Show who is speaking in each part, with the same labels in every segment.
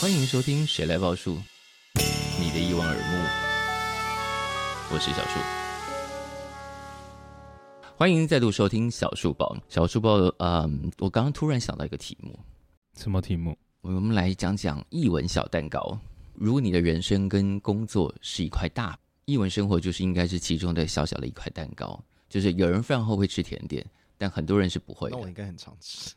Speaker 1: 欢迎收听《谁来报数》，你的一望而目，我是小树。欢迎再度收听小树报。小树报，嗯，我刚刚突然想到一个题目，
Speaker 2: 什么题目？
Speaker 1: 我们来讲讲译文小蛋糕。如果你的人生跟工作是一块大译文生活，就是应该是其中的小小的一块蛋糕。就是有人饭后会吃甜点，但很多人是不会
Speaker 3: 那我
Speaker 1: 的
Speaker 3: 应。该很常 吃，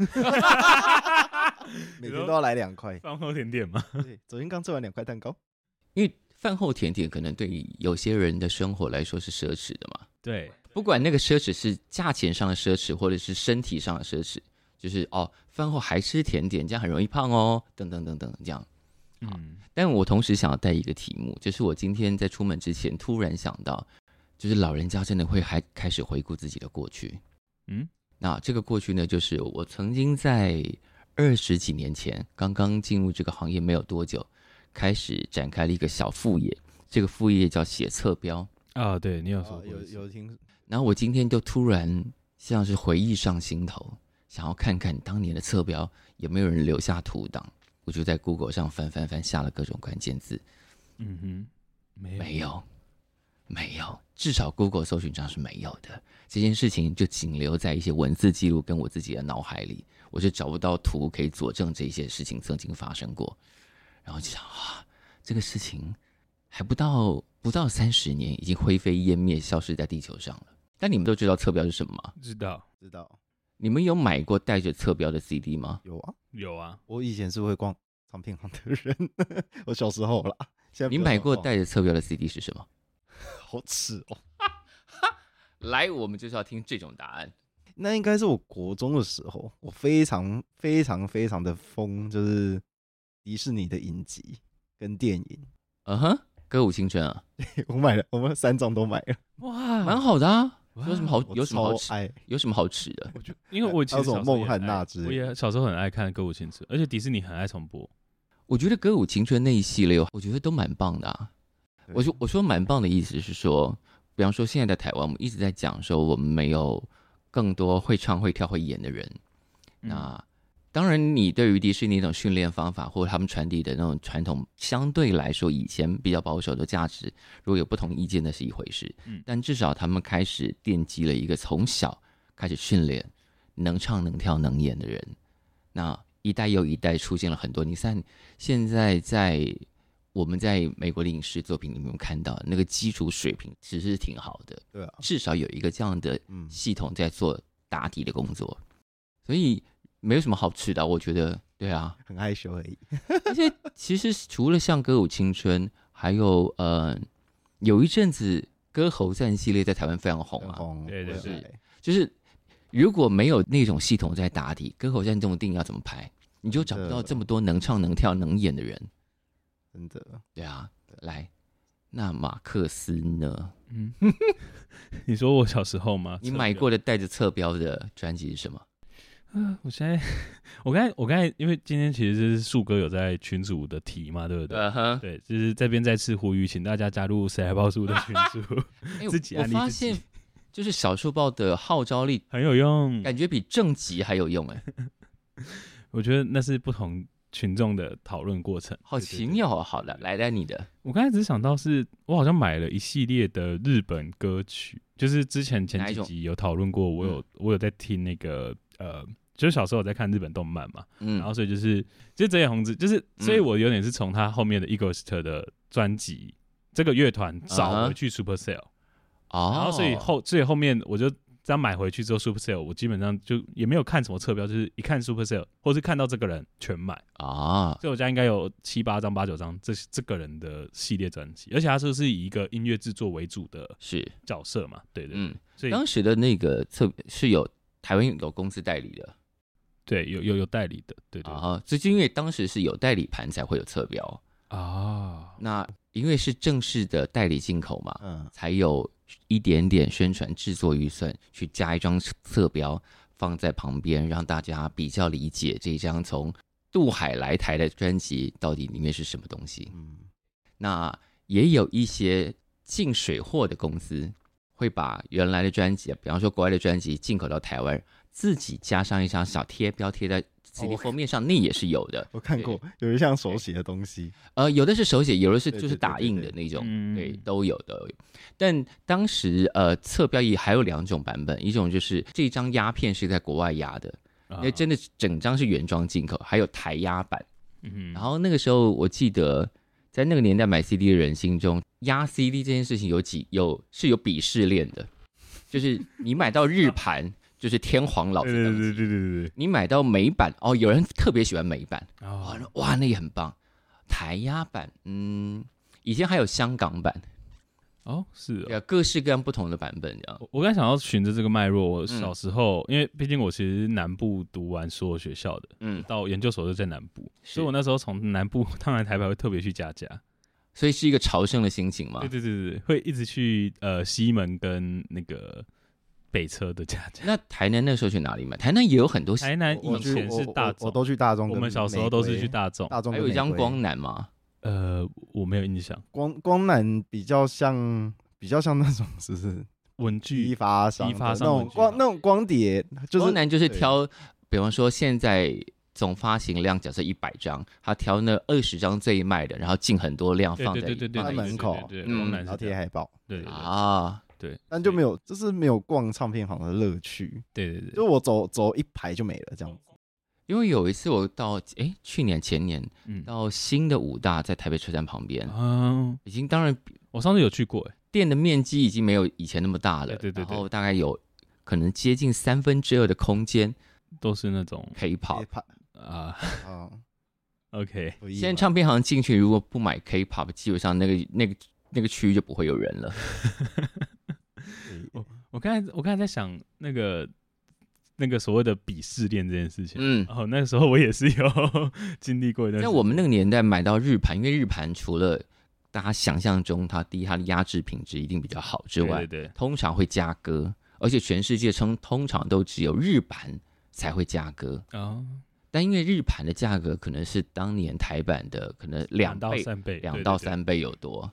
Speaker 3: 每天都要来两块。
Speaker 2: 饭后甜点吗？
Speaker 3: 对，昨天刚吃完两块蛋糕，
Speaker 1: 因为饭后甜点可能对于有些人的生活来说是奢侈的嘛，
Speaker 2: 对，
Speaker 1: 不管那个奢侈是价钱上的奢侈，或者是身体上的奢侈，就是哦，饭后还吃甜点，这样很容易胖哦，等等等等这样。
Speaker 2: 嗯，
Speaker 1: 但我同时想要带一个题目，就是我今天在出门之前突然想到，就是老人家真的会还开始回顾自己的过去。
Speaker 2: 嗯，
Speaker 1: 那这个过去呢，就是我曾经在二十几年前刚刚进入这个行业没有多久，开始展开了一个小副业，这个副业叫写册标。
Speaker 2: 啊，对你有说
Speaker 3: 哦
Speaker 2: 过
Speaker 3: 有
Speaker 2: 一次，
Speaker 3: 有听
Speaker 1: 然后我今天就突然像是回忆上心头，想要看看当年的侧标有没有人留下图档。我就在 Google 上翻翻翻，下了各种关键字，
Speaker 2: 嗯哼，没有
Speaker 1: 没有，没有，至少 Google 搜寻上是没有的。这件事情就仅留在一些文字记录跟我自己的脑海里，我就找不到图可以佐证这些事情曾经发生过。然后就想啊，这个事情还不到不到三十年，已经灰飞烟灭，消失在地球上了。但你们都知道侧标是什么吗？
Speaker 2: 知道
Speaker 3: 知道
Speaker 1: 你们有买过带着侧标的 CD 吗？
Speaker 3: 有啊。
Speaker 2: 有啊，
Speaker 3: 我以前是会逛唱片行的人， 我小时候啦。现在
Speaker 1: 你
Speaker 3: 比较
Speaker 1: 买
Speaker 3: 少
Speaker 1: 过
Speaker 3: 逛
Speaker 1: 带着哦侧标的 CD 是什么？
Speaker 3: 好耻哦。
Speaker 1: 来，我们就是要听这种答案。
Speaker 3: 那应该是我国中的时候，我非常非常非常的疯，就是迪士尼的影集跟电影，
Speaker 1: 嗯哼，歌舞青春啊，
Speaker 3: 我买了，我们三张都买了，
Speaker 2: 哇
Speaker 1: 蛮好的啊，
Speaker 2: 哇
Speaker 1: 有什么好
Speaker 3: 我
Speaker 1: 有什么好
Speaker 3: 超
Speaker 1: 吃
Speaker 3: 爱。
Speaker 1: 有什么好吃的？
Speaker 2: 因为我以前
Speaker 3: 还有什
Speaker 2: 小
Speaker 3: 么
Speaker 2: 时候也
Speaker 3: 孟汉娜之类
Speaker 2: 爱我也小时候很爱看《歌舞青春》，而且迪士尼很爱重播。
Speaker 1: 我觉得《歌舞青春》那一系列，我觉得都蛮棒的啊。我说我说蛮棒的意思是说，比方说现在在台湾，我们一直在讲说我们没有更多会唱、会跳、会演的人。
Speaker 2: 嗯
Speaker 1: 那当然，你对于迪士尼那种训练方法，或者他们传递的那种传统，相对来说以前比较保守的价值，如果有不同意见，那是一回事。
Speaker 2: 嗯
Speaker 1: 但至少他们开始奠基了一个从小开始训练能唱、能跳、能演的人。那一代又一代出现了很多，你看现在在我们在美国的影视作品里面看到，那个基础水平其实是挺好的，
Speaker 3: 对
Speaker 2: 哦
Speaker 3: 啊，
Speaker 1: 至少有一个这样的
Speaker 3: 嗯，
Speaker 1: 系统在做打底的工作，所以没有什么好吃的啊，我觉得。对啊，
Speaker 3: 很害羞而已。
Speaker 1: 而且其实除了像《歌舞青春》，还有呃，有一阵子《歌喉战》系列在台湾非常红
Speaker 3: 很
Speaker 1: 啊，
Speaker 3: 红，
Speaker 2: 对对
Speaker 3: 我也
Speaker 1: 对
Speaker 3: 买
Speaker 1: 就是如果没有那种系统在打底，《歌喉战》这种电影要怎么拍，你就找不到
Speaker 3: 真的
Speaker 1: 这么多能唱、能跳、能演的人。
Speaker 3: 真的
Speaker 1: 对啊，来，那马克思呢？
Speaker 2: 嗯， 你说我小时候 吗？
Speaker 1: 你
Speaker 2: 侧
Speaker 1: 买
Speaker 2: 标
Speaker 1: 过的带着侧标的专辑是什么？
Speaker 2: 啊我现在， 我刚才，我刚才，因为今天其实是树哥有在群组的题嘛，对不啊对？
Speaker 1: 哼，
Speaker 2: 对，就是这边再次呼吁，请大家加入谁来报数的群组，
Speaker 1: 哎
Speaker 2: 自己
Speaker 1: 我
Speaker 2: 安利
Speaker 1: 发
Speaker 2: 自己
Speaker 1: 现就是小树报的号召力，
Speaker 2: 很有用。
Speaker 1: 感觉比正集还有用哎，
Speaker 2: 我觉得那是不同群众的讨论过程。
Speaker 1: 好
Speaker 2: 对对
Speaker 1: 奇
Speaker 2: 对
Speaker 1: 妙哦。好了，来来你的
Speaker 2: 我刚才只是想到是，我好像买了一系列的日本歌曲，就是之前前
Speaker 1: 哪一
Speaker 2: 几
Speaker 1: 种
Speaker 2: 集有讨论过，我
Speaker 1: 嗯
Speaker 2: 有、我有在听那个呃，就是小时候我在看日本动漫嘛，
Speaker 1: 嗯，
Speaker 2: 然后所以就是就是泽野弘之，就是
Speaker 1: 嗯
Speaker 2: 所以我有点是从他后面的 Egoist 的专辑这个乐团找回去 Supercell，、
Speaker 1: 嗯哦，
Speaker 2: 然后所以后所以后面我就。这样买回去之后，Supercell 我基本上就也没有看什么侧标，就是一看 Supercell 或是看到这个人全买。
Speaker 1: 啊，
Speaker 2: 所以我家应该有七八张、八九张这这个人的系列专辑，而且他是是以一个音乐制作为主的
Speaker 1: 是
Speaker 2: 角色嘛，对对对
Speaker 1: 嗯，
Speaker 2: 所以
Speaker 1: 当时的那个侧是有台湾有公司代理的
Speaker 2: 对有有有代理的，对对啊
Speaker 1: 啊，最近因为当时是有代理盘才会有侧标，那因为是正式的代理进口嘛，
Speaker 3: 嗯，
Speaker 1: 才有一点点宣传制作预算去加一张侧标放在旁边，让大家比较理解这一张从渡海来台的专辑到底里面是什么东西。
Speaker 3: 嗯，
Speaker 1: 那也有一些进水货的公司会把原来的专辑，比方说国外的专辑进口到台湾，自己加上一张小贴标贴在 CD
Speaker 3: 哦我
Speaker 1: 封面上，那也是有的。
Speaker 3: 我看过有一项手写的东西，
Speaker 1: 呃，有的是手写，有的是
Speaker 3: 对
Speaker 1: 就是
Speaker 3: 对对
Speaker 1: 打
Speaker 3: 对
Speaker 1: 印
Speaker 3: 对
Speaker 1: 的那种，
Speaker 2: 嗯
Speaker 1: 对，都有的。但当时呃，侧标也还有两种版本，一种就是这张鸦片是在国外压的，
Speaker 2: 啊
Speaker 1: 因为真的整张是原装进口，还有台压版。
Speaker 2: 嗯，
Speaker 1: 然后那个时候我记得，在那个年代买 CD 的人心中，压 CD 这件事情有几有是有鄙视链的，就是你买到日盘就是天皇老
Speaker 2: 对
Speaker 1: 子
Speaker 2: 对
Speaker 1: 等级
Speaker 2: 对对对对
Speaker 1: 你买到美版哦，有人特别喜欢美版，
Speaker 2: 对，
Speaker 1: 哇
Speaker 2: 啊，
Speaker 1: 哇那也很棒。台压版，嗯，以前还有香港版，
Speaker 2: 哦是哦
Speaker 1: 对、啊，各式各样不同的版本这样。
Speaker 2: 我我刚才想要循着这个脉络，我
Speaker 1: 嗯
Speaker 2: 小时候，因为毕竟我其实南部读完所有学校的，
Speaker 1: 嗯，
Speaker 2: 到研究所就在南部，所以我
Speaker 1: 呢，
Speaker 2: 那时候从南部 趟来台北会特别去家家，
Speaker 1: 所以是一个朝圣的心情嘛
Speaker 2: 对。对对对，会一直去呃西门跟那个北车的家家。
Speaker 1: 那台南那时候去哪里买？台南也有很多，
Speaker 2: 台南
Speaker 3: 我
Speaker 2: 以前是大
Speaker 3: 我我
Speaker 2: 众
Speaker 3: 我，都去大众
Speaker 2: 我
Speaker 3: 跟玫瑰，
Speaker 2: 们小时候都是去大众，
Speaker 3: 大众
Speaker 1: 还
Speaker 3: 跟玫瑰，
Speaker 1: 有一张光南嘛。
Speaker 2: 呃，我没有印象，
Speaker 3: 光光南比较像比较像那种就是
Speaker 2: 文
Speaker 3: 批
Speaker 2: 具
Speaker 3: 发商的
Speaker 2: 批发商
Speaker 3: 那
Speaker 2: 文
Speaker 3: 种
Speaker 2: 具
Speaker 3: 光那种光碟，就是
Speaker 1: 光南就是
Speaker 3: 对
Speaker 1: 挑，比方说现在总发行量假设一百张，他挑那二十张最卖的，然后进很多量
Speaker 2: 对
Speaker 1: 放
Speaker 2: 对
Speaker 1: 在
Speaker 2: 对对对，
Speaker 1: 放在
Speaker 2: 对
Speaker 3: 放
Speaker 1: 一
Speaker 3: 门
Speaker 1: 起
Speaker 3: 口
Speaker 2: 对，对
Speaker 1: 嗯
Speaker 2: 对往南
Speaker 3: 然
Speaker 2: 是
Speaker 3: 后
Speaker 2: 这
Speaker 3: 贴
Speaker 2: 样，
Speaker 3: 海报，
Speaker 2: 对对对
Speaker 1: 啊，
Speaker 2: 对，
Speaker 3: 但就没
Speaker 2: 有，
Speaker 3: 有就是没有逛唱片行的乐趣，
Speaker 2: 对对对
Speaker 3: 就，我走走一排就没了这样子。
Speaker 1: 因为有一次我到哎去年前年
Speaker 2: 嗯
Speaker 1: 到新的武大，在台北车站旁边，
Speaker 2: 啊，
Speaker 1: 已经当然
Speaker 2: 我上次有去过，哎，
Speaker 1: 店的面积已经没有以前那么大了，
Speaker 2: 对对对
Speaker 1: 然
Speaker 2: 对
Speaker 1: 后大概有可能接近三分之二的空间
Speaker 2: 都是那种
Speaker 3: 好
Speaker 1: K-pop。
Speaker 2: 啊
Speaker 3: 啊，
Speaker 2: ，OK，
Speaker 3: 不意
Speaker 1: 现在
Speaker 3: 外
Speaker 1: 唱片行进去，如果不买 K-pop，基本上那个那个那个区域就不会有人了。
Speaker 2: 我刚才我刚才在想那个那个所谓的鄙视链这件事情，
Speaker 1: 嗯，
Speaker 2: 哦，那个时候我也是有 经历过一段时间。
Speaker 1: 在我们那个年代买到日盘，因为日盘除了大家想象中它第一它的压制品质一定比较好之
Speaker 2: 对
Speaker 1: 外，
Speaker 2: 对对，
Speaker 1: 通常会加歌，而且全世界称通常都只有日版才会加歌。
Speaker 2: 啊，
Speaker 1: 但因为日盘的价格可能是当年台版的可能两
Speaker 2: 到
Speaker 1: 倍、
Speaker 2: 三倍，对
Speaker 1: 两到，三倍有多，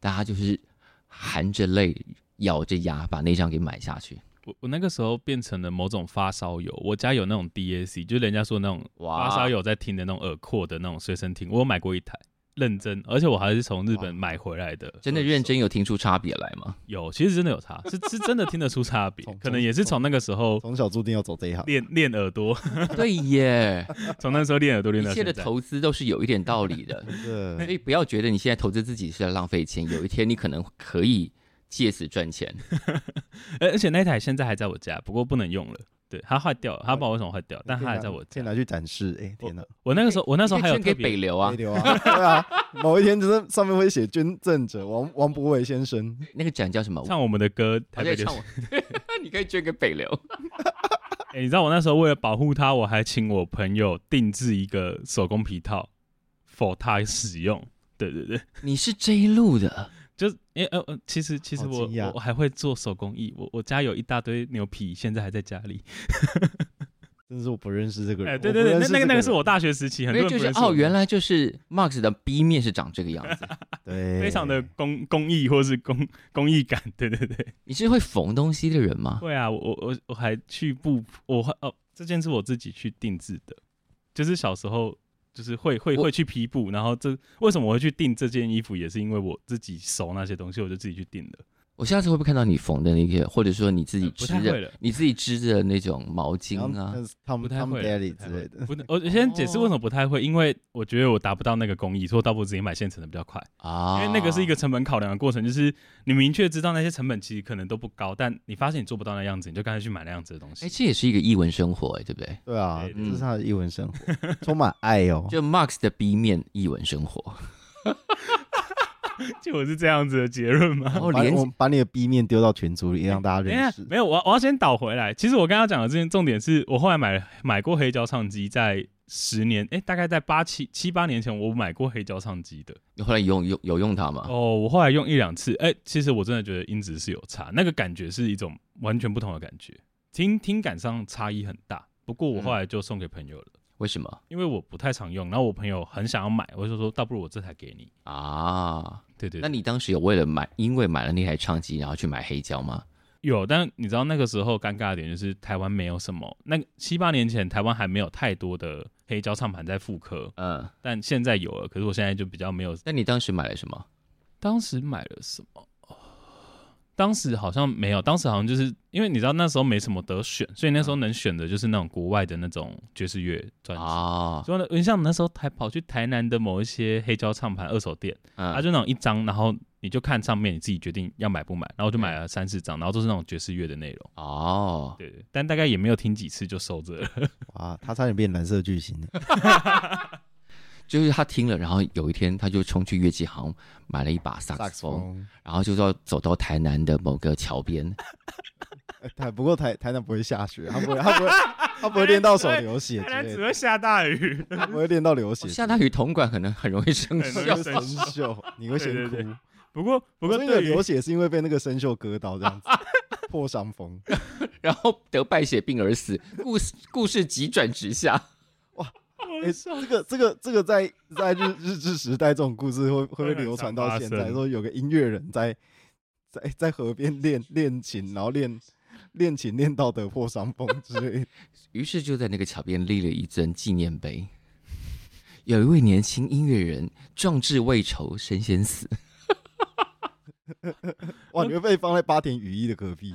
Speaker 1: 大家就是含着泪咬着牙把那张给买下去。
Speaker 2: 对对我我那个时候变成了某种发烧友，我家有那种 DAC，就是人家说那种
Speaker 1: 哇
Speaker 2: 发烧友在听的那种耳廓的那种随身听，我有买过一台。认真，而且我还是从日本
Speaker 3: 哇
Speaker 2: 买回来的，
Speaker 1: 真的认真有听出差别来 吗？
Speaker 2: 有，其实真的有差，是是真的听得出差别
Speaker 3: 从，从
Speaker 2: 可能也是从那个时候
Speaker 3: 从小注定要走这一行，
Speaker 2: 练练耳朵，
Speaker 1: 对耶，
Speaker 2: 从那时候练耳朵练到
Speaker 1: 一切
Speaker 2: 现
Speaker 1: 的
Speaker 2: 在。
Speaker 1: 投资都是有一点道理 的。
Speaker 3: 真
Speaker 1: 所
Speaker 3: 的
Speaker 1: 以不要觉得你现在投资自己是在浪费钱，有一天你可能可以借此赚钱。
Speaker 2: 而而且那台现在还在我家，不过不能用了。对，它坏掉了，它不知道为什么坏掉，但它还在我
Speaker 3: 可以
Speaker 2: 家。
Speaker 3: 拿去展示。哎，天哪！
Speaker 2: 我那个时候， 我那时候还有
Speaker 1: 你可以
Speaker 2: 特
Speaker 1: 捐给北
Speaker 2: 别，
Speaker 1: 流啊
Speaker 3: 对，流啊，对啊，某一天就是上面会写捐赠者王王博伟先生，
Speaker 1: 那个展叫什么？
Speaker 2: 唱我们的歌，
Speaker 1: 我
Speaker 2: 台
Speaker 1: 在
Speaker 2: 北
Speaker 1: 唱
Speaker 2: 流
Speaker 1: 我。 你可以捐给北流。
Speaker 2: 哎、你知道我那时候为了保护它，我还请我朋友定制一个手工皮套，for 它使用。对对对，
Speaker 1: 你是这一路的，
Speaker 2: 就是因为呃呃，其实其实
Speaker 3: 好
Speaker 2: 我
Speaker 3: 惊讶
Speaker 2: 我我还会做手工艺，我我家有一大堆牛皮，现在还在家里。
Speaker 3: 真是我不认识这个
Speaker 2: 哎、
Speaker 3: 人。
Speaker 2: 对对对，那那个那个是
Speaker 3: 我
Speaker 2: 我大学时期，很
Speaker 1: 因
Speaker 2: 多
Speaker 1: 为
Speaker 2: 人
Speaker 1: 就
Speaker 2: 不
Speaker 1: 是
Speaker 2: 认识
Speaker 1: 哦，
Speaker 2: 我
Speaker 1: 原来就是 Max 的 B 面是长这个样 子。
Speaker 3: 不认识这个人，对，
Speaker 2: 非常的工工艺或是工工艺感，对对对。
Speaker 1: 你是会缝东西的人 吗？
Speaker 2: 会啊，我我我我还去布，我还哦，这件是我自己去定制的，就是小时候就是会会
Speaker 1: 我
Speaker 2: 会去批布，然后这为什么我会去定这件衣服，也是因为我自己熟那些东西，我就自己去定的，
Speaker 1: 我下次会不会看到你缝的那个，或者说你自己
Speaker 2: 呃不
Speaker 1: 织
Speaker 2: 太会
Speaker 1: 的，
Speaker 2: 了，
Speaker 1: 你自己织的那种毛巾
Speaker 3: 然后
Speaker 1: 啊？
Speaker 3: 那是他
Speaker 2: 不
Speaker 3: 们
Speaker 2: 太
Speaker 3: 他们
Speaker 2: 会
Speaker 3: daily
Speaker 2: 不太
Speaker 3: 之类
Speaker 2: 会
Speaker 3: 的，
Speaker 2: 不能，我先解释为什么不太会，因为我觉得我达不到那个工艺，所以我倒不如自己买现成的比较快，呃
Speaker 1: 啊，
Speaker 2: 因为那个是一个成本考量的过程，就是你明确知道那些成本其实可能都不高，但你发现你做不到那样子，你就干脆去买那样子的东
Speaker 1: 哎，
Speaker 2: 西。
Speaker 1: 这也是一个译文生活，哎，对不对？
Speaker 3: 对啊，
Speaker 2: 对
Speaker 3: 这
Speaker 1: 对
Speaker 3: 是他的艺文生 活，充满爱哦。
Speaker 1: 就 Max 的 B 面译文生活，
Speaker 2: 结果是这样子的结论吗？
Speaker 1: 然后
Speaker 3: 把
Speaker 1: 哦连
Speaker 3: 我们把你的 B 面丢到群组里，让大家
Speaker 2: 等一下
Speaker 3: 认识。
Speaker 2: 哎没有，我我要先倒回来。其实我刚刚讲的这件重点是我后来买买过黑胶唱机，在十年，哎、大概在八七七八年前，我买过黑胶唱机的。
Speaker 1: 你后来有用有有用它吗？
Speaker 2: 哦，我后来用一两次，哎、其实我真的觉得音质是有差，那个感觉是一种完全不同的感觉，听听感上差异很大。不过我后来就送给朋友了。
Speaker 1: 为什么
Speaker 2: 因为我不太常用，然后我朋友很想要买，我就说倒不如我这台给你。
Speaker 1: 啊？
Speaker 2: 对对
Speaker 1: 那你当时有为了买，因为买了那台唱机，然后去买黑胶吗？
Speaker 2: 有，但你知道那个时候尴尬的点就是台湾没有什么，那七八年前台湾还没有太多的黑胶唱盘在复刻，
Speaker 1: 嗯，
Speaker 2: 但现在有了。可是我现在就比较没有，
Speaker 1: 那你当时买了什么？
Speaker 2: 当时买了什么？哦当时好像没有，当时好像就是因为你知道那时候没什么得选，所以那时候能选的就是那种国外的那种爵士乐专辑。
Speaker 1: 嗯啊，
Speaker 2: 所以呢，你像我们那时候台跑去台南的某一些黑胶唱盘二手店，啊
Speaker 1: 嗯，
Speaker 2: 它、就那种一张，然后你就看上面你自己决定要买不买，然后我就买
Speaker 1: 嗯
Speaker 2: 了三四张，然后都是那种爵士乐的内容。
Speaker 1: 哦，
Speaker 2: 对，但大概也没有听几次就收着了。
Speaker 3: 哇，他差点变蓝色巨星了，
Speaker 1: 就是他听了，然后有一天他就冲去乐器行买了一把萨克斯风，
Speaker 3: 风。
Speaker 1: 然后就要走到台南的某个桥边，
Speaker 3: 呃台不过台台南不会下雪，他不会，他不会，他不会练到手流 血之类的，
Speaker 2: 会下大雨。
Speaker 3: 他不会练到流血
Speaker 1: 哦
Speaker 3: 之类的。
Speaker 1: 下大雨铜管可能很容易生
Speaker 2: 很容易
Speaker 1: 锈。
Speaker 3: 会生锈，你会先哭
Speaker 2: 对对。 不过不过
Speaker 3: 所以你的
Speaker 2: 对于
Speaker 3: 流血是因为被那个生锈割到这样子，破伤风。
Speaker 1: 然后得败血病而死，故事故事急转直下。
Speaker 3: 哎、这个这个这个在在日日治时代这种故事会会不会
Speaker 2: 会很
Speaker 3: 流传
Speaker 2: 常
Speaker 3: 到
Speaker 2: 发
Speaker 3: 现在？
Speaker 2: 生
Speaker 3: 说有个音乐人在在在河边练练琴，然后练练琴练到得破伤风之类的。
Speaker 1: 于是就在那个桥边立了一尊纪念碑。有一位年轻音乐人壮志未酬，身先死。
Speaker 3: 哇，你会被放在八田雨衣的隔壁，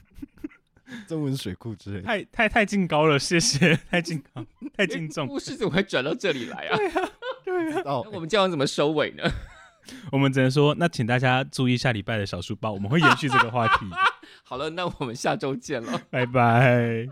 Speaker 3: 增文水库之类的。
Speaker 2: 太太太敬高了，谢谢，太敬高，太敬重。
Speaker 1: 故事怎么会转到这里来啊？
Speaker 3: 到
Speaker 1: 那我们这样怎么收尾呢？
Speaker 2: 我们只能说，那请大家注意下礼拜的小书包，我们会延续这个话题。
Speaker 1: 好了，那我们下周见了。
Speaker 2: 拜拜。